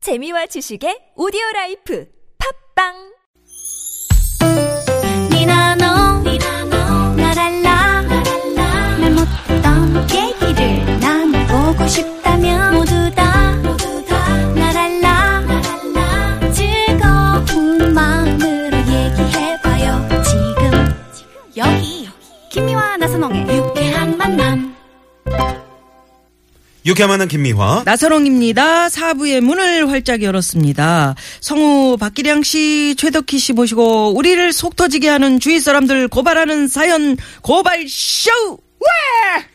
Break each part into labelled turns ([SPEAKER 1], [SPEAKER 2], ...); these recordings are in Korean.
[SPEAKER 1] 재미와 지식의 오디오 라이프 팝빵
[SPEAKER 2] 니나노 나랄라 말 못했던 얘기를 나눠보고 싶다면 모두 다 나랄라 즐거운 마음으로 얘기해봐요 지금 여기 김미와 나선홍의 유쾌한 만남
[SPEAKER 3] 유쾌한 만남 김미화.
[SPEAKER 4] 나서롱입니다. 사부의 문을 활짝 열었습니다. 성우 박기량 씨, 최덕희 씨 모시고 우리를 속 터지게 하는 주위 사람들 고발하는 사연 고발 쇼!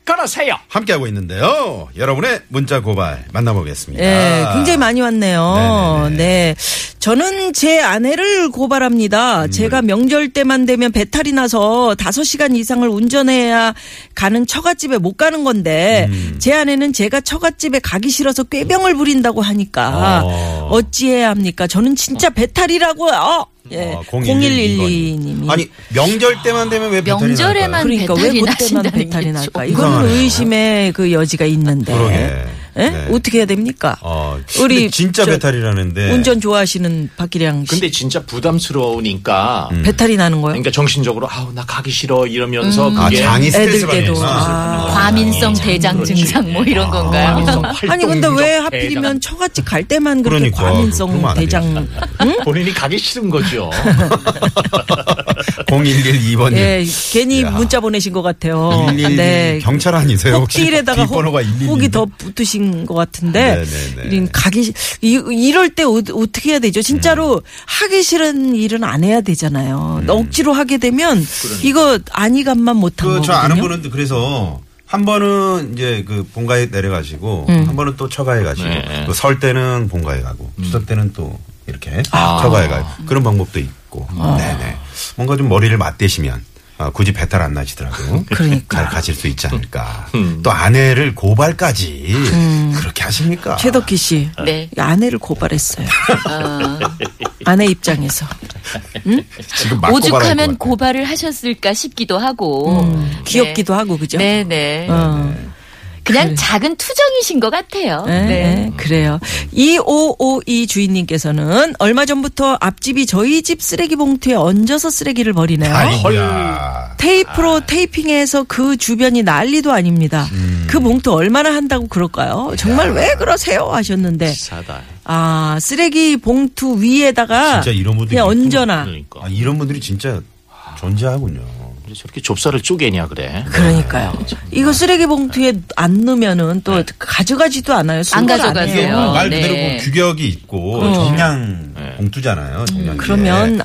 [SPEAKER 5] 걸어세요.
[SPEAKER 3] 함께하고 있는데요. 여러분의 문자 고발 만나보겠습니다.
[SPEAKER 4] 예, 굉장히 많이 왔네요.
[SPEAKER 3] 아. 네네네.
[SPEAKER 4] 네. 저는 제 아내를 고발합니다.
[SPEAKER 3] 음.
[SPEAKER 4] 제가 명절 때만 되면 배탈이 나서 5시간 이상을 운전해야 가는 처갓집에 못 가는 건데
[SPEAKER 3] 음.
[SPEAKER 4] 제 아내는 제가 처갓집에 가기 싫어서 꾀병을 부린다고 하니까
[SPEAKER 3] 어.
[SPEAKER 4] 어. 찌해야 합니까? 저는 진짜 배탈이라고요. 예.
[SPEAKER 3] 어, 0112
[SPEAKER 4] 0112님이
[SPEAKER 3] 아니 명절 때만 되면 왜 배탈이
[SPEAKER 6] 명절에만
[SPEAKER 3] 날까요?
[SPEAKER 4] 그러니까 왜
[SPEAKER 6] 배탈이
[SPEAKER 4] 그때만
[SPEAKER 6] 나신다는
[SPEAKER 4] 배탈이
[SPEAKER 6] 게
[SPEAKER 4] 날까?
[SPEAKER 6] 좀
[SPEAKER 4] 이거는
[SPEAKER 3] 이상하네요.
[SPEAKER 4] 의심의 그 여지가 있는데.
[SPEAKER 3] 그러게.
[SPEAKER 4] 예?
[SPEAKER 3] 네.
[SPEAKER 4] 어떻게 해야 됩니까?
[SPEAKER 3] 어,
[SPEAKER 4] 우리
[SPEAKER 3] 우리 진짜
[SPEAKER 4] 저-
[SPEAKER 3] 배탈이라는데
[SPEAKER 4] 운전 좋아하시는 박기량 씨.
[SPEAKER 5] 근데 진짜 부담스러우니까.
[SPEAKER 3] 음.
[SPEAKER 4] 배탈이 나는 거예요?
[SPEAKER 5] 그러니까 정신적으로 아우 나 가기 싫어 이러면서
[SPEAKER 3] 아
[SPEAKER 5] 그게
[SPEAKER 3] 장이 음. 스트레스
[SPEAKER 4] 예, 애들 때도.
[SPEAKER 3] 받는구나.
[SPEAKER 4] 아.
[SPEAKER 6] 과민성 대장
[SPEAKER 5] 그렇지.
[SPEAKER 6] 증상 뭐 이런 건가요?
[SPEAKER 5] 과민성
[SPEAKER 4] 아니 근데
[SPEAKER 5] 음. 활동적
[SPEAKER 4] 왜
[SPEAKER 5] 대장.
[SPEAKER 4] 하필이면 처갓집 갈 때만 그렇게
[SPEAKER 3] 그러니까, 그러면
[SPEAKER 4] 과민성
[SPEAKER 3] 안 음.
[SPEAKER 4] 대장
[SPEAKER 5] 본인이 가기 싫은 거죠.
[SPEAKER 3] 0112번님.
[SPEAKER 4] 예 괜히
[SPEAKER 3] 야.
[SPEAKER 4] 문자 보내신 것 같아요.
[SPEAKER 3] 111
[SPEAKER 4] 네.
[SPEAKER 3] 경찰 아니세요? 혹시
[SPEAKER 4] 혹일에다가
[SPEAKER 3] 뒷번호가 111.
[SPEAKER 4] 혹이 더 붙으신 것 같은데
[SPEAKER 3] 네네네.
[SPEAKER 4] 이런 가기 시- 이, 이럴 때 어, 떻게 해야 되죠? 진짜로
[SPEAKER 3] 음.
[SPEAKER 4] 하기 싫은 일은 안 해야 되잖아요. 억지로 하게 되면 이거 아니감만 못한
[SPEAKER 3] 그러니까. 그,
[SPEAKER 4] 거거든요.
[SPEAKER 3] 저 아는 분은 그래서 한 번은 이제 그 본가에 내려가시고
[SPEAKER 6] 음.
[SPEAKER 3] 한 번은 또 처가에 가시고
[SPEAKER 5] 네.
[SPEAKER 3] 또 설 때는 본가에 가고
[SPEAKER 4] 음.
[SPEAKER 3] 추석 때는 또 이렇게
[SPEAKER 5] 아.
[SPEAKER 3] 처가에 가요. 그런 방법도 있고.
[SPEAKER 4] 아.
[SPEAKER 3] 네네. 뭔가 좀 머리를 맞대시면 아, 굳이 배탈 안 나시더라도
[SPEAKER 4] 그러니까. 음.
[SPEAKER 3] 잘 가실 수 있지 않을까. 또 아내를 고발까지
[SPEAKER 6] 음.
[SPEAKER 3] 그렇게 하십니까?
[SPEAKER 4] 최덕희 씨
[SPEAKER 6] 네.
[SPEAKER 4] 아내를 고발했어요.
[SPEAKER 3] 아,
[SPEAKER 6] 아.
[SPEAKER 4] 아내 입장에서
[SPEAKER 3] 지금 막 고발할 것
[SPEAKER 6] 오죽하면
[SPEAKER 3] 같아요.
[SPEAKER 6] 고발을 하셨을까 싶기도 하고
[SPEAKER 4] 음,
[SPEAKER 6] 네.
[SPEAKER 4] 귀엽기도 하고 그죠?
[SPEAKER 6] 네네. 네.
[SPEAKER 4] 어.
[SPEAKER 6] 그냥 작은 투정이신 것 같아요.
[SPEAKER 4] 네.
[SPEAKER 6] 네.
[SPEAKER 4] 그래요. 2552 주인님께서는 얼마 전부터 앞집이 저희 집 쓰레기 봉투에 얹어서 쓰레기를 버리네요.
[SPEAKER 3] 아이고야.
[SPEAKER 4] 테이프로 테이핑해서 그 주변이 난리도 아닙니다.
[SPEAKER 3] 음.
[SPEAKER 4] 그 봉투 얼마나 한다고 그럴까요? 정말 왜 그러세요? 하셨는데
[SPEAKER 5] 사다.
[SPEAKER 4] 아 쓰레기 봉투 위에다가
[SPEAKER 3] 진짜 이런 분들이
[SPEAKER 4] 그냥
[SPEAKER 3] 있구나.
[SPEAKER 4] 얹어놔.
[SPEAKER 5] 그러니까
[SPEAKER 3] 아, 이런 분들이 진짜 존재하군요.
[SPEAKER 5] 근데 저렇게 좁쌀을 쪼개냐 그래.
[SPEAKER 4] 그러니까요. 이거 쓰레기 봉투에 안 넣으면은
[SPEAKER 3] 네.
[SPEAKER 4] 또 가져가지도 않아요.
[SPEAKER 6] 안
[SPEAKER 4] 수거를 안
[SPEAKER 6] 가져가세요.
[SPEAKER 3] 이게
[SPEAKER 4] 해요. 어.
[SPEAKER 6] 그래요.
[SPEAKER 3] 말 그대로
[SPEAKER 6] 네.
[SPEAKER 3] 그 규격이 있고 정량 봉투잖아요. 정량
[SPEAKER 4] 음, 그러면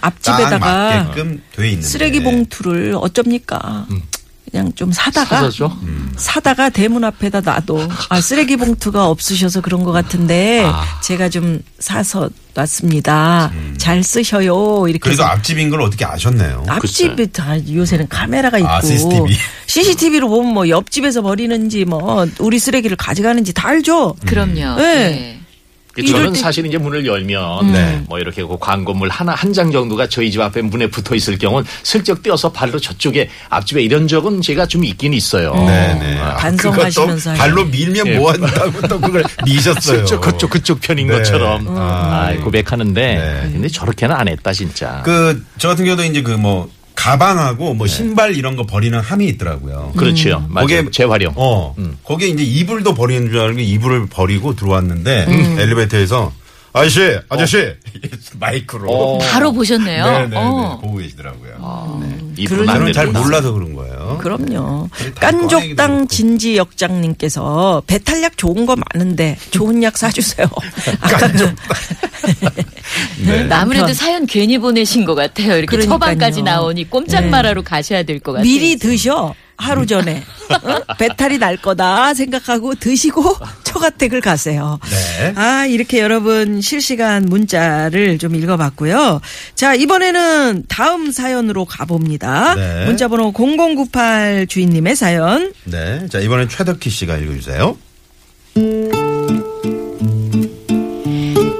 [SPEAKER 3] 딱
[SPEAKER 4] 앞집에다가
[SPEAKER 3] 맞게끔 돼 있는데
[SPEAKER 4] 쓰레기 봉투를 어쩝니까?
[SPEAKER 3] 음.
[SPEAKER 4] 그냥 좀 사다가 음.
[SPEAKER 5] 사다죠.
[SPEAKER 4] 사다가 대문 앞에다 놔도 아 쓰레기 봉투가 없으셔서 그런 것 같은데
[SPEAKER 3] 아.
[SPEAKER 4] 제가 좀 사서 놨습니다. 잘 쓰셔요
[SPEAKER 3] 음.
[SPEAKER 4] 이렇게.
[SPEAKER 3] 그래도
[SPEAKER 4] 해서
[SPEAKER 3] 앞집인 걸 어떻게 아셨나요?
[SPEAKER 4] 앞집에 다 요새는 카메라가 있고
[SPEAKER 3] 아, CCTV.
[SPEAKER 4] 로 보면 뭐 옆집에서 버리는지 뭐 우리 쓰레기를 가져가는지 다 알죠.
[SPEAKER 6] 그럼요.
[SPEAKER 4] 네.
[SPEAKER 6] 네.
[SPEAKER 5] 그
[SPEAKER 4] 이럴
[SPEAKER 5] 저는
[SPEAKER 4] 때- 음.
[SPEAKER 5] 사실 이제 문을 열면
[SPEAKER 3] 네.
[SPEAKER 5] 뭐 이렇게 그 광고물 하나 한 장 정도가 저희 집 앞에 문에 붙어 있을 경우는 슬쩍 떼어서 발로 저쪽에 앞집에 이런 적은 제가 좀 있긴 있어요.
[SPEAKER 3] 네네. 아,
[SPEAKER 4] 반성하시면서
[SPEAKER 3] 그것도 발로 밀면
[SPEAKER 5] 예.
[SPEAKER 3] 뭐 한다고 또 그걸 미셨어요.
[SPEAKER 5] 슬쩍 그쪽 그쪽 편인
[SPEAKER 3] 네.
[SPEAKER 5] 것처럼
[SPEAKER 3] 아.
[SPEAKER 5] 아, 고백하는데
[SPEAKER 3] 네.
[SPEAKER 5] 근데 저렇게는 안 했다 진짜.
[SPEAKER 3] 그, 저 같은 경우도 이제 그 뭐 가방하고
[SPEAKER 4] 네.
[SPEAKER 3] 뭐 신발 이런 거 버리는 함이 있더라고요.
[SPEAKER 4] 음,
[SPEAKER 5] 그렇죠. 맞아요. 재활용.
[SPEAKER 3] 음. 어. 거기에 이제 이불도 버리는 줄 알고 이불을 버리고 들어왔는데 엘리베이터에서 아저씨, 아저씨 어. 마이크로
[SPEAKER 5] 어.
[SPEAKER 6] 바로 보셨네요.
[SPEAKER 3] 네네네
[SPEAKER 6] 어.
[SPEAKER 3] 보고 계시더라고요.
[SPEAKER 5] 이불
[SPEAKER 3] 나는 잘
[SPEAKER 5] 만들고.
[SPEAKER 3] 몰라서 그런 거예요.
[SPEAKER 4] 그럼요.
[SPEAKER 3] 그리고 다른 거 하나
[SPEAKER 4] 깐족당
[SPEAKER 3] 얘기도
[SPEAKER 4] 진지 역장님께서 배탈약 좋은 거 많은데 좋은 약 사주세요. 아까 그 좀
[SPEAKER 3] 네.
[SPEAKER 6] 아무래도
[SPEAKER 4] 그럼.
[SPEAKER 6] 사연 괜히 보내신 것 같아요. 이렇게
[SPEAKER 4] 그러니까요. 네.
[SPEAKER 6] 처방까지 나오니 꼼짝마라로 가셔야 될 것 같아요.
[SPEAKER 4] 미리 드셔. 하루 전에 어? 배탈이 날 거다 생각하고 드시고 처가댁을 가세요.
[SPEAKER 3] 네.
[SPEAKER 4] 아 이렇게 여러분 실시간 문자를 좀 읽어봤고요. 자 이번에는 다음 사연으로 가봅니다.
[SPEAKER 3] 네.
[SPEAKER 4] 문자번호 0098 주인님의 사연.
[SPEAKER 3] 네. 자, 이번엔 최덕희 씨가 읽어주세요.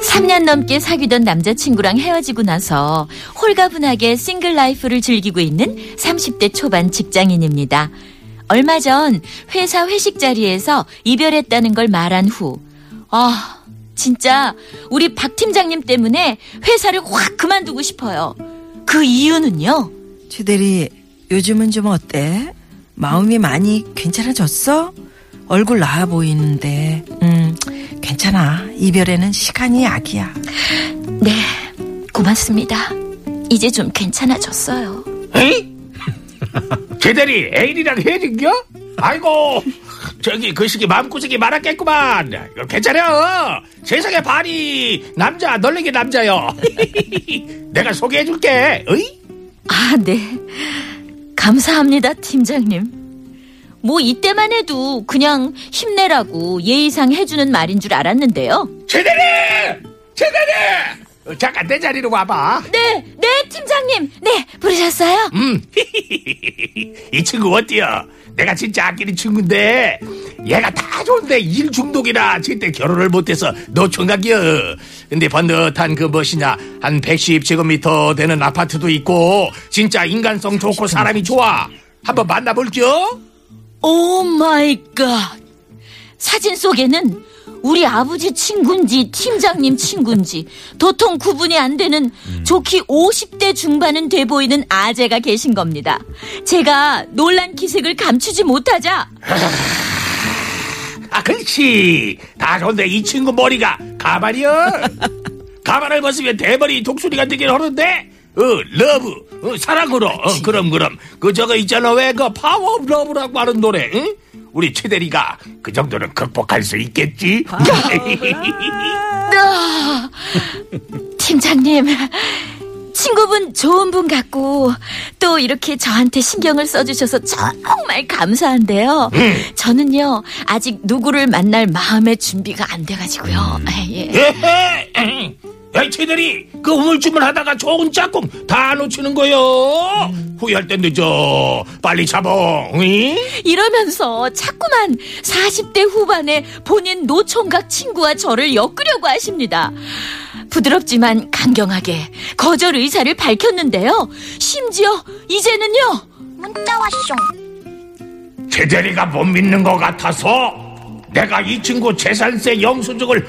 [SPEAKER 6] 3년 넘게 사귀던 남자친구랑 헤어지고 나서 홀가분하게 싱글 라이프를 즐기고 있는 30대 초반 직장인입니다. 얼마 전 회사 회식 자리에서 이별했다는 걸 말한 후, 아, 진짜 우리 박 팀장님 때문에 회사를 확 그만두고 싶어요. 그 이유는요?
[SPEAKER 4] 최대리 요즘은 좀 어때? 마음이 많이 괜찮아졌어? 얼굴 나아 보이는데 음 괜찮아 이별에는 시간이 약이야
[SPEAKER 6] 네, 고맙습니다. 이제 좀 괜찮아졌어요.
[SPEAKER 5] 에이? 제대리 애인이랑 헤어진겨? 아이고 저기 그 시기 마음고생이 많았겠구만 이거 괜찮아 세상의 반이 남자 널리게 남자요 내가 소개해줄게 어이?
[SPEAKER 6] 아, 네. 감사합니다, 팀장님. 뭐 이때만 해도 그냥 힘내라고 예의상 해주는 말인 줄 알았는데요.
[SPEAKER 5] 제대리 제대리 어, 잠깐 내 자리로 와봐
[SPEAKER 6] 네, 네, 팀장님. 네, 부르셨어요?
[SPEAKER 5] 이 친구 어때요? 내가 진짜 아끼는 친구인데 얘가 다 좋은데 일 중독이라 제때 결혼을 못해서 노총각이여 근데 번듯한 그 멋이냐 한 110제곱미터 되는 아파트도 있고 진짜 인간성 좋고 사람이 좋아 한번 만나볼게요
[SPEAKER 6] 오 마이 갓. Oh 사진 속에는 우리 아버지 친구인지 팀장님 친구인지 도통 구분이 안 되는 좋기 50대 중반은 돼 보이는 아재가 계신 겁니다. 제가 놀란 기색을 감추지 못하자
[SPEAKER 5] 아 그렇지 다 좋은데 이 친구 머리가 가발이여 가발을 벗으면 대머리 독수리가 되긴 하는데 어 러브 어, 사랑으로 어, 그럼 그럼 그 저거 있잖아 왜 그 파워 오브 러브라고 하는 노래 응? 우리 최대리가 그 정도는 극복할 수 있겠지
[SPEAKER 6] 팀장님 친구분 좋은 분 같고 또 이렇게 저한테 신경을 써주셔서 정말 감사한데요. 저는요 아직 누구를 만날 마음의 준비가 안 돼가지고요. 예.
[SPEAKER 5] 에헤! 에이, 쟤들이 그 우물쭈물하다가 좋은 짝꿍 다 놓치는 거요. 후회할 땐 늦어. 빨리 잡어. 응?
[SPEAKER 6] 이러면서 자꾸만 40대 후반에 본인 노총각 친구와 저를 엮으려고 하십니다. 부드럽지만 강경하게 거절 의사를 밝혔는데요. 심지어 이제는요.
[SPEAKER 2] 문자 왔쇼
[SPEAKER 5] 쟤들이가 못 믿는 것 같아서 내가 이 친구 재산세 영수증을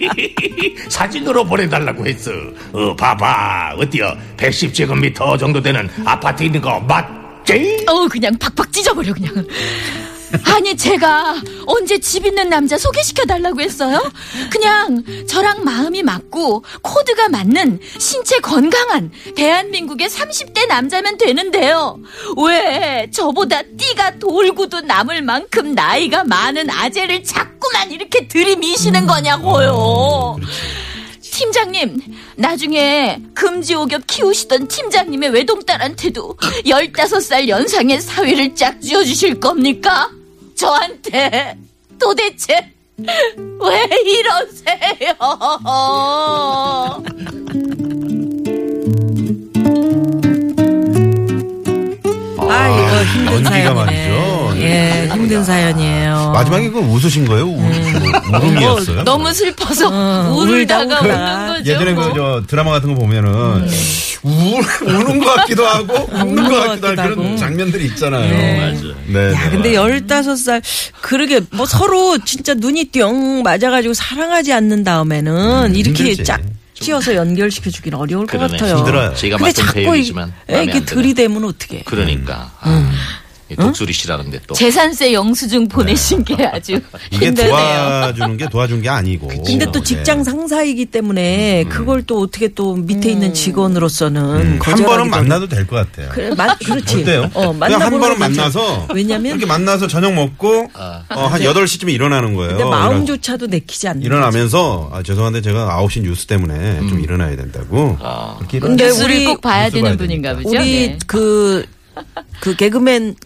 [SPEAKER 5] 사진으로 보내달라고 했어. 어, 봐봐. 어때요? 110제곱미터 정도 되는 아파트 있는 거 맞지?
[SPEAKER 6] 어우 그냥 박박 찢어버려 그냥. 아니 제가 언제 집 있는 남자 소개시켜 달라고 했어요? 그냥 저랑 마음이 맞고 코드가 맞는 신체 건강한 대한민국의 30대 남자면 되는데요. 왜 저보다 띠가 돌고도 남을 만큼 나이가 많은 아재를 자꾸만 이렇게 들이미시는 거냐고요. 팀장님, 나중에 금지옥엽 키우시던 팀장님의 외동딸한테도 15살 연상의 사위를 짝 지어주실 겁니까? 저한테 도대체 왜 이러세요?
[SPEAKER 4] 아 이거 힘든
[SPEAKER 3] 연기가
[SPEAKER 4] 사연이네
[SPEAKER 3] 말이죠.
[SPEAKER 4] 예 힘든 사연이에요
[SPEAKER 3] 마지막에 그 웃으신 거예요? 울음, 울음이었어요?
[SPEAKER 6] 너무 슬퍼서
[SPEAKER 4] 울다
[SPEAKER 6] 울다가
[SPEAKER 4] 울다.
[SPEAKER 6] 우는 거죠.
[SPEAKER 3] 예전에
[SPEAKER 6] 뭐.
[SPEAKER 3] 그 저 드라마 같은 거 보면은 울, 우는 것 같기도 하고 웃는 것 같기도 하고
[SPEAKER 4] 같기도 하고.
[SPEAKER 3] 그런 장면들이 있잖아요. 맞아. 네. 네.
[SPEAKER 4] 야, 근데 15살, 그러게, 뭐 서로 진짜 눈이 띵 맞아가지고 사랑하지 않는 다음에는 이렇게
[SPEAKER 3] 힘들지.
[SPEAKER 4] 쫙 튀어서 연결시켜주긴 어려울
[SPEAKER 5] 그러네.
[SPEAKER 4] 것 같아요.
[SPEAKER 3] 힘들어요.
[SPEAKER 5] 제가
[SPEAKER 4] 근데
[SPEAKER 5] 맡은
[SPEAKER 4] 자꾸 이- 예,
[SPEAKER 5] 배역이지만 마음에 안
[SPEAKER 4] 이렇게
[SPEAKER 5] 드네요.
[SPEAKER 4] 들이대면 어떡해.
[SPEAKER 5] 그러니까. 독수리 씨라는데 또.
[SPEAKER 6] 재산세 영수증 보내신 게 아주
[SPEAKER 3] 이게
[SPEAKER 6] 힘드네요.
[SPEAKER 3] 도와주는 게 도와준 게 아니고. 예.
[SPEAKER 4] 근데 또 직장 상사이기 때문에 그걸 또 어떻게 또 밑에
[SPEAKER 6] 음.
[SPEAKER 4] 있는 직원으로서는
[SPEAKER 3] 음, 한
[SPEAKER 4] 거절하기도
[SPEAKER 3] 번은
[SPEAKER 4] 어려워.
[SPEAKER 3] 만나도 될 것 같아요.
[SPEAKER 4] 그래, 마, 그렇지.
[SPEAKER 3] 어때요?
[SPEAKER 4] 어,
[SPEAKER 3] 그냥 한
[SPEAKER 4] 만나보는
[SPEAKER 3] 번은
[SPEAKER 4] 건 괜찮-
[SPEAKER 3] 만나서
[SPEAKER 4] 왜냐면
[SPEAKER 3] 이렇게 만나서 저녁 먹고 어, 한 8시쯤 일어나는 거예요.
[SPEAKER 4] 내
[SPEAKER 3] 일어-
[SPEAKER 4] 마음조차도 내키지 않는.
[SPEAKER 3] 일어나면서 아, 죄송한데 제가 9시 뉴스 때문에 좀 일어나야 된다고. 이렇게
[SPEAKER 4] 근데
[SPEAKER 3] 일어나서
[SPEAKER 6] 뉴스를
[SPEAKER 4] 우리-
[SPEAKER 6] 꼭 봐야
[SPEAKER 3] 뉴스
[SPEAKER 6] 되는
[SPEAKER 3] 봐야
[SPEAKER 6] 분인가
[SPEAKER 3] 되니까.
[SPEAKER 6] 보죠.
[SPEAKER 4] 우리
[SPEAKER 6] 네.
[SPEAKER 4] 그, 그 개그맨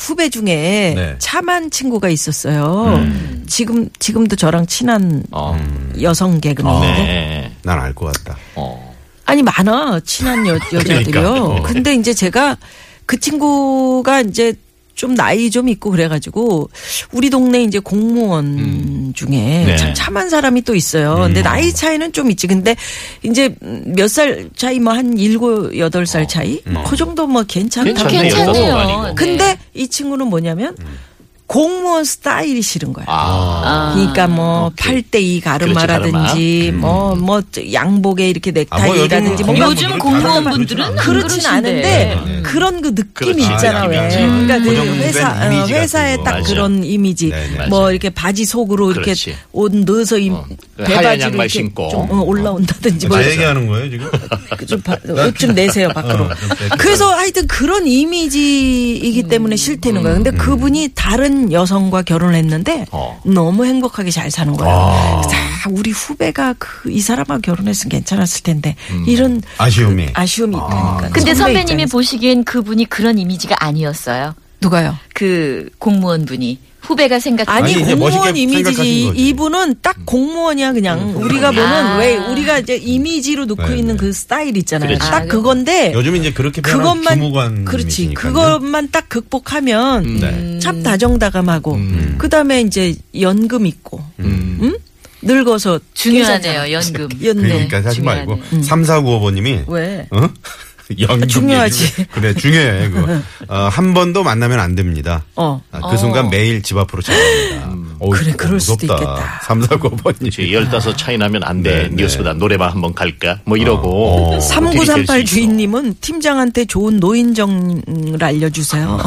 [SPEAKER 4] 후배 중에
[SPEAKER 3] 네. 음.
[SPEAKER 4] 참한 친구가 있었어요. 지금, 지금도 저랑 친한
[SPEAKER 5] 어.
[SPEAKER 4] 여성 개그맨인데.
[SPEAKER 5] 네.
[SPEAKER 3] 난 알 것 같다.
[SPEAKER 5] 어.
[SPEAKER 4] 아니, 많아. 친한 여, 여자들이요.
[SPEAKER 3] 그러니까, 어.
[SPEAKER 4] 근데 이제 제가 그 친구가 이제 좀 나이 좀 있고 그래가지고 우리 동네 이제 공무원 중에
[SPEAKER 5] 네.
[SPEAKER 4] 참 참한 사람이 또 있어요. 근데 나이 차이는 좀 있지. 근데 이제 몇 살 차이 뭐 한 일곱 여덟 살 차이? 그 정도 뭐 괜찮다.
[SPEAKER 5] 어. 괜찮네,
[SPEAKER 6] 괜찮아요.
[SPEAKER 5] 네. 여자도 아니고.
[SPEAKER 4] 근데 이 친구는 뭐냐면 공무원 스타일이 싫은 거야.
[SPEAKER 5] 아.
[SPEAKER 4] 그러니까 뭐 팔 대 이 가르마라든지
[SPEAKER 5] 가르마.
[SPEAKER 4] 뭐 뭐 양복에 이렇게 넥타이라든지
[SPEAKER 3] 아, 뭐 요즘
[SPEAKER 4] 뭔가
[SPEAKER 6] 요즘
[SPEAKER 3] 다른
[SPEAKER 6] 공무원분들은
[SPEAKER 3] 분들은
[SPEAKER 6] 안
[SPEAKER 4] 아, 그렇진
[SPEAKER 6] 그러신데.
[SPEAKER 4] 않은데
[SPEAKER 3] 네, 네.
[SPEAKER 4] 그런 그 느낌이
[SPEAKER 5] 그렇지.
[SPEAKER 4] 있잖아
[SPEAKER 3] 아,
[SPEAKER 4] 왜.
[SPEAKER 3] 느낌이 있죠.
[SPEAKER 4] 그러니까 그
[SPEAKER 3] 고정된
[SPEAKER 4] 회사 어,
[SPEAKER 3] 이미지 같은
[SPEAKER 4] 회사에
[SPEAKER 3] 거.
[SPEAKER 4] 딱
[SPEAKER 5] 맞아.
[SPEAKER 4] 그런 이미지
[SPEAKER 3] 네, 네.
[SPEAKER 4] 뭐
[SPEAKER 5] 맞아.
[SPEAKER 4] 이렇게 바지 속으로 이렇게
[SPEAKER 5] 그렇지.
[SPEAKER 4] 옷 넣어서 임
[SPEAKER 5] 어, 그 하얀
[SPEAKER 4] 배바지로
[SPEAKER 5] 양말
[SPEAKER 4] 이렇게
[SPEAKER 5] 신고.
[SPEAKER 4] 좀 어, 올라온다든지 뭐
[SPEAKER 3] 제 얘기하는 거예요 지금?
[SPEAKER 4] 좀, 바- 옷좀 내세요 밖으로.
[SPEAKER 3] 어, 좀 뺄게요.
[SPEAKER 4] 그래서 하여튼 그런 이미지이기
[SPEAKER 6] 음.
[SPEAKER 4] 때문에 싫다는 거예요.
[SPEAKER 3] 음.
[SPEAKER 4] 근데 그분이 다른 여성과 결혼했는데
[SPEAKER 5] 어.
[SPEAKER 4] 너무 행복하게 잘 사는 거예요. 그래서 아, 우리 후배가 그 이 사람하고 결혼했으면 괜찮았을 텐데 이런
[SPEAKER 3] 음. 아쉬움이.
[SPEAKER 4] 아쉬움이 있다니까.
[SPEAKER 6] 근데 선배님이
[SPEAKER 4] 입장에서.
[SPEAKER 6] 보시기엔 그분이 그런 이미지가 아니었어요.
[SPEAKER 4] 누가요?
[SPEAKER 6] 그 공무원분이 후배가 생각
[SPEAKER 4] 아니,
[SPEAKER 3] 아니, 이제
[SPEAKER 4] 공무원
[SPEAKER 3] 멋있게 생각하신
[SPEAKER 4] 이미지지
[SPEAKER 3] 거지. 음.
[SPEAKER 4] 이분은 딱 공무원이야 그냥 우리가 보는
[SPEAKER 6] 아.
[SPEAKER 4] 왜 우리가 이제 이미지로 놓고
[SPEAKER 3] 네,
[SPEAKER 4] 있는
[SPEAKER 3] 네.
[SPEAKER 4] 그 스타일 있잖아요.
[SPEAKER 5] 그렇지.
[SPEAKER 4] 딱 그건데
[SPEAKER 3] 요즘 이제 그렇게 변한
[SPEAKER 4] 예. 그것만
[SPEAKER 3] 주무관
[SPEAKER 4] 그렇지
[SPEAKER 3] 이미지니까요.
[SPEAKER 4] 그것만 딱 극복하면 음.
[SPEAKER 3] 네.
[SPEAKER 4] 참 다정다감하고 그다음에 이제 연금 있고
[SPEAKER 5] 음.
[SPEAKER 4] 음? 늙어서
[SPEAKER 6] 중요하네요 연금.
[SPEAKER 4] 연금
[SPEAKER 3] 그러니까 하지
[SPEAKER 6] 중요하네.
[SPEAKER 3] 말고 3995번님이
[SPEAKER 4] 음. 왜?
[SPEAKER 3] 어? 연금
[SPEAKER 4] 중요하지.
[SPEAKER 3] 예술. 그래 중요해 그거. 어, 한 번도 만나면 안 됩니다.
[SPEAKER 4] 어.
[SPEAKER 3] 아, 그 순간 매일 집 앞으로 찾아옵니다. 어우,
[SPEAKER 4] 그래,
[SPEAKER 3] 이거
[SPEAKER 4] 그럴 수도
[SPEAKER 3] 무섭다.
[SPEAKER 4] 있겠다.
[SPEAKER 3] 3, 4, 9번님.
[SPEAKER 5] 제 열다섯 차이 나면 안
[SPEAKER 3] 네,
[SPEAKER 5] 돼.
[SPEAKER 3] 네.
[SPEAKER 5] 뉴스보다 노래방 한번 갈까? 뭐 이러고.
[SPEAKER 3] 어.
[SPEAKER 5] 어떻게 될수
[SPEAKER 4] 3938
[SPEAKER 5] 있어.
[SPEAKER 4] 주인님은 팀장한테 좋은 노인정을 알려주세요.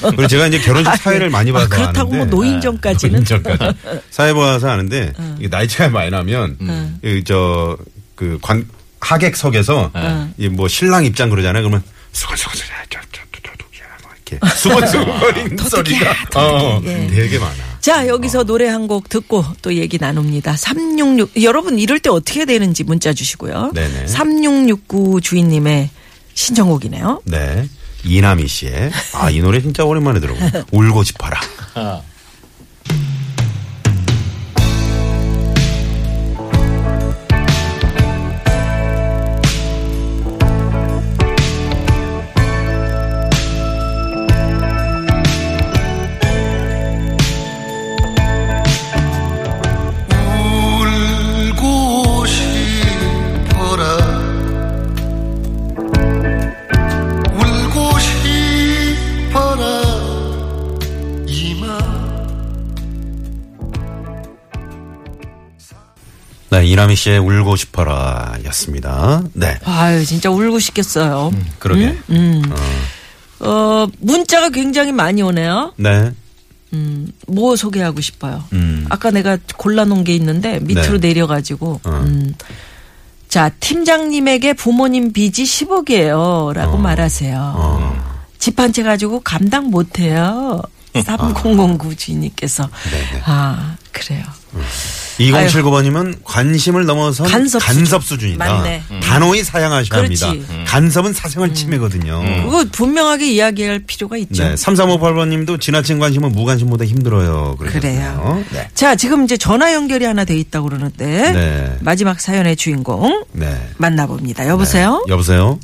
[SPEAKER 3] 그리고 제가 이제 결혼식 아, 사회를 많이 봐서
[SPEAKER 4] 아, 그렇다고 뭐
[SPEAKER 3] 아는데
[SPEAKER 4] 노인정까지는
[SPEAKER 3] 인정까지. 사회 봐서 아는데 이게 나이 차이 많이 나면 이저그관 하객석에서 이 뭐 신랑 입장 그러잖아요. 그러면 수건수건 소리 저저저저야 이렇게 수건수건거리는 소리가 어, 되게 많아.
[SPEAKER 4] 자, 여기서
[SPEAKER 3] 어.
[SPEAKER 4] 노래 한 곡 듣고 또 얘기 나눕니다. 366, 여러분 이럴 때 어떻게 해야 되는지 문자 주시고요.
[SPEAKER 3] 네네.
[SPEAKER 4] 3669 주인님의 신청곡이네요.
[SPEAKER 3] 네. 이남희 씨의 아 이 노래 진짜 오랜만에 들어보 울고 싶어라.
[SPEAKER 7] 울고 싶어라 울고 싶어라 이마
[SPEAKER 3] 네, 이남희 씨의 울고 싶어라 였습니다. 네.
[SPEAKER 4] 아유, 진짜 울고 싶겠어요.
[SPEAKER 3] 그러게.
[SPEAKER 4] 어, 문자가 굉장히 많이 오네요.
[SPEAKER 3] 네.
[SPEAKER 4] 뭐 소개하고 싶어요?
[SPEAKER 3] 음.
[SPEAKER 4] 아까 내가 골라놓은 게 있는데 밑으로
[SPEAKER 3] 네.
[SPEAKER 4] 내려가지고, 음. 자, 팀장님에게 부모님 빚이 10억이에요. 라고 말하세요.
[SPEAKER 3] 어.
[SPEAKER 4] 집 한 채 가지고 감당 못해요. 3009 주인님께서.
[SPEAKER 3] 음. 네네.
[SPEAKER 4] 아, 그래요.
[SPEAKER 3] 2079번님은 관심을 넘어선
[SPEAKER 4] 간섭
[SPEAKER 3] 간섭,
[SPEAKER 4] 수준.
[SPEAKER 3] 수준이다.
[SPEAKER 4] 맞네.
[SPEAKER 3] 단호히 사양하셔야
[SPEAKER 4] 그렇지.
[SPEAKER 3] 합니다. 간섭은 사생활 침해거든요.
[SPEAKER 4] 그거 분명하게 이야기할 필요가 있죠.
[SPEAKER 3] 음. 네, 3358번님도 지나친 관심은 무관심보다 힘들어요.
[SPEAKER 4] 그래요.
[SPEAKER 3] 그러셨어요. 네.
[SPEAKER 4] 자, 지금 이제 전화 연결이 하나 돼 있다고 그러는데
[SPEAKER 3] 네.
[SPEAKER 4] 마지막 사연의 주인공
[SPEAKER 3] 네.
[SPEAKER 4] 만나봅니다. 여보세요?
[SPEAKER 3] 네. 여보세요.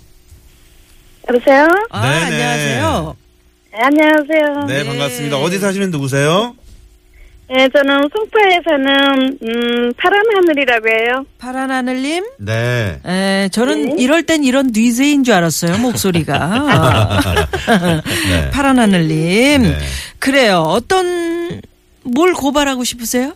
[SPEAKER 8] 여보세요?
[SPEAKER 4] 아,
[SPEAKER 3] 네네.
[SPEAKER 4] 안녕하세요.
[SPEAKER 8] 네, 안녕하세요.
[SPEAKER 3] 네, 반갑습니다. 어디 사시는 누구세요?
[SPEAKER 8] 네, 저는 송파에 사는 음, 파란 하늘이라고 해요.
[SPEAKER 4] 파란 하늘님?
[SPEAKER 3] 네.
[SPEAKER 4] 에, 저는 이럴 땐 이런 뉘세인 줄 알았어요, 목소리가.
[SPEAKER 3] 네.
[SPEAKER 4] 파란 하늘님.
[SPEAKER 3] 네.
[SPEAKER 4] 그래요. 어떤, 뭘 고발하고 싶으세요?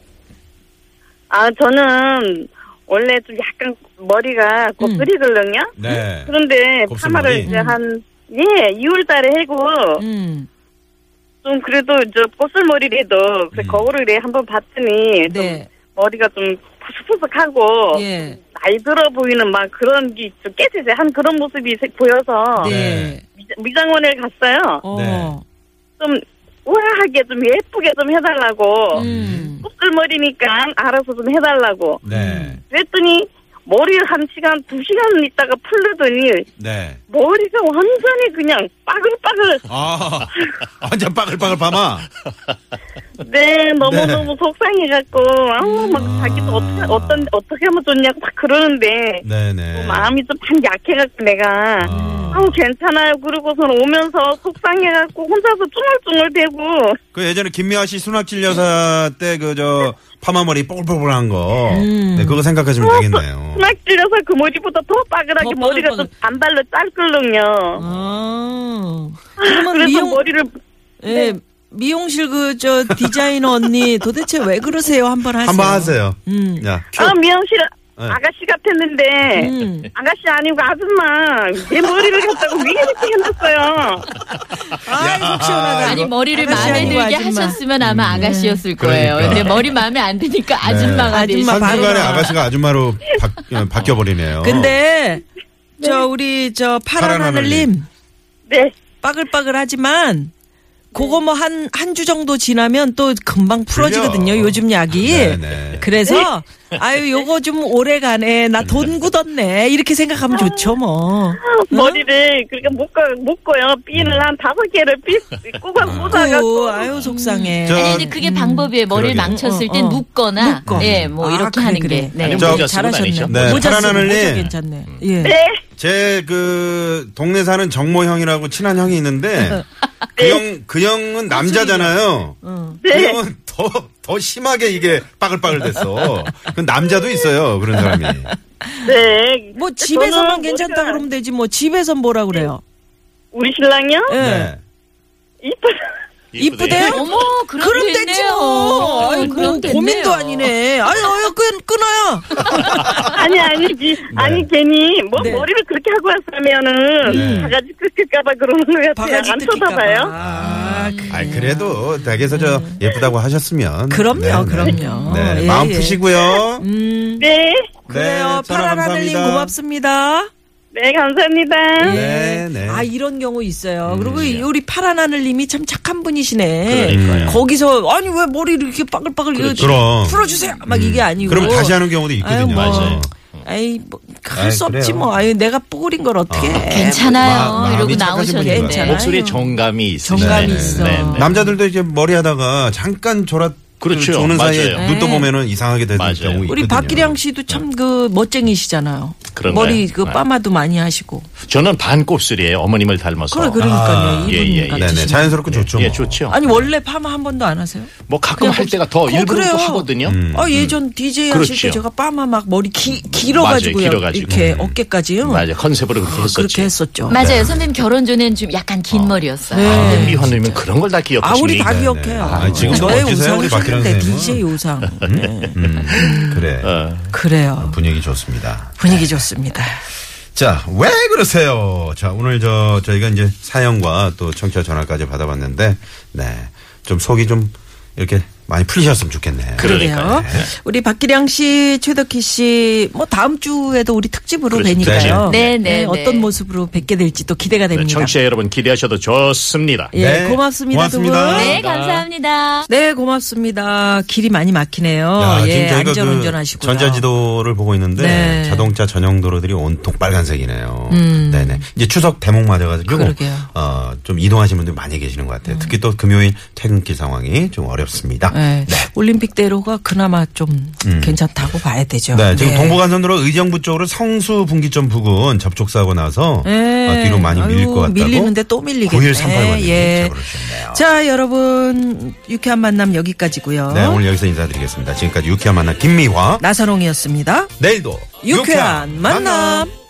[SPEAKER 8] 아, 저는 원래 좀 약간 머리가 곱슬이거든요.
[SPEAKER 3] 네.
[SPEAKER 8] 그런데
[SPEAKER 3] 곱슬
[SPEAKER 8] 파마를
[SPEAKER 3] 머리?
[SPEAKER 8] 이제 한 예, 2월 달에 해고
[SPEAKER 4] 음.
[SPEAKER 8] 좀 그래도 저 곱슬머리라도 그 거울을 이래 한번 봤더니 좀
[SPEAKER 4] 네.
[SPEAKER 8] 머리가 좀 푸석푸석하고
[SPEAKER 4] 예.
[SPEAKER 8] 나이 들어 보이는 막 그런 게 좀 깨지지 한 그런 모습이 세- 보여서
[SPEAKER 4] 네.
[SPEAKER 8] 미- 미장원을 갔어요.
[SPEAKER 4] 어.
[SPEAKER 3] 아, 네.
[SPEAKER 8] 좀 우아하게 좀 예쁘게 좀 해달라고
[SPEAKER 4] 음.
[SPEAKER 8] 곱슬머리니까 알아서 좀 해달라고
[SPEAKER 3] 네.
[SPEAKER 8] 그랬더니 머리 한 시간 두 시간 있다가 풀르더니
[SPEAKER 3] 네.
[SPEAKER 8] 머리가 완전히 그냥 빠글빠글
[SPEAKER 3] 아, 완전 빠글빠글 파마.
[SPEAKER 8] 네 너무너무 속상해갖고 아우 막 자기도 어떻게 어떤 어떻게 하면 좋냐고 막 그러는데
[SPEAKER 4] 뭐
[SPEAKER 3] 네네.
[SPEAKER 8] 마음이 좀 많이 약해갖고 내가
[SPEAKER 3] 아.
[SPEAKER 8] 아우 괜찮아요 그러고선 오면서 속상해갖고 혼자서 쭈물쭈물 대고
[SPEAKER 3] 그 예전에 김미아 씨 순학질 여사 때 그 저 파마머리 뽀글뽀글한 거.
[SPEAKER 4] 음.
[SPEAKER 3] 네, 그거 생각하시면 되겠네요.
[SPEAKER 8] 수납질에서 그 머리보다 더 빠글하게
[SPEAKER 4] 더
[SPEAKER 8] 머리가
[SPEAKER 4] 빠글빠글.
[SPEAKER 8] 좀 단발로 짧걸렁요.
[SPEAKER 4] 아. 그러면
[SPEAKER 8] 그래서 뭐-
[SPEAKER 4] 미용,
[SPEAKER 8] 머리를
[SPEAKER 4] 예, 미용실 그 저 디자이너 언니 도대체 왜 그러세요? 한번 하세요.
[SPEAKER 3] 한번 하세요. 야, 큐.
[SPEAKER 8] 아 미영실
[SPEAKER 3] 네.
[SPEAKER 8] 아가씨 같았는데
[SPEAKER 4] 음.
[SPEAKER 8] 아가씨 아니고 아줌마 내 머리를 갖다가 왜 이렇게 해놨어요?
[SPEAKER 4] 아, 속 시원하다.
[SPEAKER 6] 아니 머리를
[SPEAKER 4] 아가씨
[SPEAKER 6] 마음에
[SPEAKER 4] 아니고
[SPEAKER 6] 들게
[SPEAKER 4] 아줌마.
[SPEAKER 6] 하셨으면 아마 아가씨였을 거예요.
[SPEAKER 3] 음. 그러니까.
[SPEAKER 6] 근데 머리 마음에 안 드니까 아줌마가
[SPEAKER 4] 네.
[SPEAKER 6] 되시
[SPEAKER 4] 아줌마
[SPEAKER 3] 한순간에
[SPEAKER 4] 바로
[SPEAKER 3] 아가씨가 아줌마로 바, 바뀌어버리네요.
[SPEAKER 4] 근데
[SPEAKER 6] 네.
[SPEAKER 4] 저 우리 저 파란
[SPEAKER 3] 파란 하늘님.
[SPEAKER 4] 하늘님
[SPEAKER 8] 네.
[SPEAKER 4] 빠글빠글하지만 그거 뭐 한 한 주 정도 지나면 또 금방 풀어지거든요.
[SPEAKER 3] 풀려.
[SPEAKER 4] 요즘 약이.
[SPEAKER 3] 네네.
[SPEAKER 4] 그래서 아유 요거 좀 오래 가네. 나 돈 굳었네. 이렇게 생각하면 좋죠, 뭐.
[SPEAKER 8] 머리를 그러니까 묶어 묶어요. 핀을 한 다섯 개를 삐 꼬박 꽂아가
[SPEAKER 4] 아유, 아유 속상해.
[SPEAKER 3] 저-
[SPEAKER 6] 아니 근데 그게 방법이에요. 머리를
[SPEAKER 3] 그러게요.
[SPEAKER 6] 망쳤을
[SPEAKER 4] 어,
[SPEAKER 6] 땐
[SPEAKER 4] 어.
[SPEAKER 6] 묶거나
[SPEAKER 4] 묶어.
[SPEAKER 6] 예, 뭐
[SPEAKER 4] 아,
[SPEAKER 6] 이렇게
[SPEAKER 4] 그래,
[SPEAKER 6] 하는
[SPEAKER 4] 그래.
[SPEAKER 6] 게. 네.
[SPEAKER 5] 아니면
[SPEAKER 3] 저-
[SPEAKER 5] 모자 쓰고
[SPEAKER 4] 잘하셨네.
[SPEAKER 5] 다니셔.
[SPEAKER 3] 네,
[SPEAKER 4] 모자
[SPEAKER 3] 파란
[SPEAKER 4] 쓰고,
[SPEAKER 3] 하늘님.
[SPEAKER 4] 모자 괜찮네. 예.
[SPEAKER 8] 네.
[SPEAKER 3] 제 그 동네 사는 정모 형이라고 친한 형이 있는데 그 형, 그 형은 남자잖아요.
[SPEAKER 4] 음. 네.
[SPEAKER 3] 그
[SPEAKER 8] 네.
[SPEAKER 3] 형은 더, 더 심하게 이게 빠글빠글 됐어. 그 남자도 있어요. 그런 사람이.
[SPEAKER 8] 네.
[SPEAKER 4] 뭐 집에서만
[SPEAKER 8] 저는
[SPEAKER 4] 괜찮다
[SPEAKER 8] 모자-
[SPEAKER 4] 그러면 되지 뭐 집에서 뭐라 그래요.
[SPEAKER 8] 우리 신랑이요?
[SPEAKER 4] 예.
[SPEAKER 3] 네.
[SPEAKER 8] 이쁘다.
[SPEAKER 4] 이쁘대요?
[SPEAKER 6] 어머, 그런
[SPEAKER 4] 그럼
[SPEAKER 6] 게
[SPEAKER 4] 됐지
[SPEAKER 6] 있네요.
[SPEAKER 4] 뭐. 아이
[SPEAKER 6] 그런
[SPEAKER 4] 뭐
[SPEAKER 6] 게
[SPEAKER 4] 고민도
[SPEAKER 6] 있네요.
[SPEAKER 4] 아니네. 아유 아유 끈 끊어요.
[SPEAKER 8] 아니 아니 이- 아니 괜히 뭐
[SPEAKER 4] 네.
[SPEAKER 8] 머리를 그렇게 하고 왔으면은
[SPEAKER 3] 네.
[SPEAKER 8] 바가지 뜯길까봐 그러는 것 같아요.
[SPEAKER 4] 바가지
[SPEAKER 8] 네, 안
[SPEAKER 4] 뜯길까
[SPEAKER 8] 쳐다봐요?
[SPEAKER 4] 봐. 아,
[SPEAKER 6] 음.
[SPEAKER 3] 아이, 그래도 댁에서 저 예쁘다고 하셨으면.
[SPEAKER 4] 음. 그럼요,
[SPEAKER 3] 네, 네.
[SPEAKER 4] 그럼요.
[SPEAKER 3] 네,
[SPEAKER 4] 예,
[SPEAKER 3] 마음
[SPEAKER 4] 예.
[SPEAKER 3] 푸시고요.
[SPEAKER 8] 네.
[SPEAKER 4] 그래요.
[SPEAKER 3] 전화
[SPEAKER 4] 파란 하늘님
[SPEAKER 3] 감사합니다.
[SPEAKER 4] 고맙습니다.
[SPEAKER 8] 네 감사합니다.
[SPEAKER 3] 네, 음, 예. 네.
[SPEAKER 4] 아 이런 경우 있어요. 그리고 이 우리 파란 하늘님이 참 착한 분이시네.
[SPEAKER 5] 그러니까요.
[SPEAKER 4] 거기서 아니 왜 머리를 이렇게 빠글빠글 이거
[SPEAKER 3] 그렇죠. 그럼. 음.
[SPEAKER 4] 풀어주세요. 막 이게 아니고.
[SPEAKER 3] 그럼 다시 하는 경우도
[SPEAKER 4] 아유
[SPEAKER 3] 있거든요. 음.
[SPEAKER 4] 뭐.
[SPEAKER 5] 맞아요.
[SPEAKER 4] 아이
[SPEAKER 3] 아이,
[SPEAKER 4] 뭐할수 없지
[SPEAKER 3] 그래요.
[SPEAKER 4] 뭐. 아유 내가 뽀글인 걸 어떻게.
[SPEAKER 6] 괜찮아요.
[SPEAKER 3] 마- 마음이
[SPEAKER 6] 이러고
[SPEAKER 3] 착하신 분인
[SPEAKER 6] 나오셨는데.
[SPEAKER 3] 것 같아요.
[SPEAKER 5] 목소리에 정감이 있으시네.
[SPEAKER 4] 정감이
[SPEAKER 5] 네,
[SPEAKER 4] 있어.
[SPEAKER 5] 네, 네.
[SPEAKER 3] 남자들도 이제 머리 하다가 잠깐 졸아
[SPEAKER 5] 그렇죠.
[SPEAKER 3] 조는 사이에
[SPEAKER 5] 맞아요.
[SPEAKER 3] 눈 떠보면은 이상하게 되는
[SPEAKER 5] 맞아요.
[SPEAKER 3] 경우 있거든요.
[SPEAKER 4] 네. 우리 박기량 씨도 참 그 멋쟁이시잖아요.
[SPEAKER 5] 그런가요?
[SPEAKER 4] 머리 그
[SPEAKER 5] 네.
[SPEAKER 4] 파마도 많이 하시고.
[SPEAKER 5] 저는 반곱슬이에요. 어머님을 닮아서.
[SPEAKER 4] 그래 그러니까요.
[SPEAKER 3] 아,
[SPEAKER 4] 이분
[SPEAKER 5] 예, 예, 예.
[SPEAKER 4] 같으신
[SPEAKER 3] 네네
[SPEAKER 4] 분.
[SPEAKER 3] 자연스럽고 좋죠.
[SPEAKER 5] 예,
[SPEAKER 3] 뭐.
[SPEAKER 5] 좋죠.
[SPEAKER 4] 아니 원래 파마 한 번도 안 하세요?
[SPEAKER 5] 뭐 가끔
[SPEAKER 4] 그냥
[SPEAKER 5] 할 때가 더
[SPEAKER 4] 어,
[SPEAKER 5] 일부러
[SPEAKER 4] 그래요.
[SPEAKER 5] 또 하거든요.
[SPEAKER 3] 음.
[SPEAKER 4] 어 예전 DJ 하실 때
[SPEAKER 5] 음, 그렇죠.
[SPEAKER 4] 제가 파마 막 머리 기, 길어가지고요.
[SPEAKER 5] 맞아요, 길어가지고.
[SPEAKER 4] 이렇게
[SPEAKER 5] 음.
[SPEAKER 4] 어깨까지요.
[SPEAKER 5] 맞아. 컨셉으로 그렇게 했었지.
[SPEAKER 4] 그렇게 했었죠.
[SPEAKER 6] 맞아요. 선생님 결혼 전에는 좀 약간 긴 머리였어요.
[SPEAKER 4] 네.
[SPEAKER 5] 미화님은 그런 걸 다 그렇죠. 기억하시네.
[SPEAKER 4] 아 우리 다
[SPEAKER 3] 네, 네.
[SPEAKER 4] 기억해요.
[SPEAKER 3] 아, 지금
[SPEAKER 4] 너의
[SPEAKER 3] 멋지세요, 우리 박기량
[SPEAKER 4] 우상이셨는데
[SPEAKER 3] 선생님은.
[SPEAKER 4] DJ 우상. 네.
[SPEAKER 3] 그래.
[SPEAKER 5] 어.
[SPEAKER 4] 그래요.
[SPEAKER 3] 아, 분위기 좋습니다.
[SPEAKER 4] 분위기 좋습니다.
[SPEAKER 3] 자, 왜 그러세요? 자, 오늘 저, 저희가 이제 사연과 또 청취자 전화까지 받아봤는데, 네. 좀 속이 좀 이렇게 많이 풀리셨으면 좋겠네.
[SPEAKER 5] 그러니까요.
[SPEAKER 4] 그래요. 우리 박기량 씨, 최덕희 씨, 뭐 다음 주에도 우리 특집으로
[SPEAKER 5] 그렇죠.
[SPEAKER 4] 뵈니까요.
[SPEAKER 6] 네, 네, 네.
[SPEAKER 4] 어떤 모습으로 뵙게 될지 또 기대가 됩니다.
[SPEAKER 5] 네, 청취자 여러분 기대하셔도 좋습니다.
[SPEAKER 4] 예,
[SPEAKER 3] 네.
[SPEAKER 4] 고맙습니다, 두 분.
[SPEAKER 3] 고맙습니다.
[SPEAKER 6] 네, 감사합니다.
[SPEAKER 4] 네, 고맙습니다. 길이 많이 막히네요.
[SPEAKER 3] 야,
[SPEAKER 4] 예,
[SPEAKER 3] 지금 저희가
[SPEAKER 4] 안전
[SPEAKER 3] 그
[SPEAKER 4] 운전하시고요.
[SPEAKER 3] 전자지도를 보고 있는데
[SPEAKER 4] 네.
[SPEAKER 3] 자동차 전용 도로들이 온통 빨간색이네요. 네네. 이제 추석 대목 맞아가지고
[SPEAKER 4] 음. 그러게요.
[SPEAKER 3] 어, 좀 이동하시는 분들 많이 계시는 것 같아요. 특히 또 금요일 퇴근길 상황이 좀 어렵습니다.
[SPEAKER 4] 네. 올림픽 대로가 그나마 좀 괜찮다고 봐야 되죠.
[SPEAKER 3] 음. 네, 지금
[SPEAKER 4] 네.
[SPEAKER 3] 동부간선도로 의정부 쪽으로 성수 분기점 부근 접촉 사고 나서
[SPEAKER 4] 네.
[SPEAKER 3] 어, 뒤로 많이 밀릴
[SPEAKER 4] 아유,
[SPEAKER 3] 것 같다고.
[SPEAKER 4] 밀리는데 또 밀리겠네.
[SPEAKER 3] 9138번님
[SPEAKER 4] 예.
[SPEAKER 3] 문자 보내주셨네요.
[SPEAKER 4] 자, 여러분 유쾌한 만남 여기까지고요.
[SPEAKER 3] 네, 오늘 여기서 인사드리겠습니다. 지금까지 유쾌한 만남 김미화.
[SPEAKER 4] 나선홍이었습니다.
[SPEAKER 3] 내일도
[SPEAKER 4] 유쾌한 네. 만남.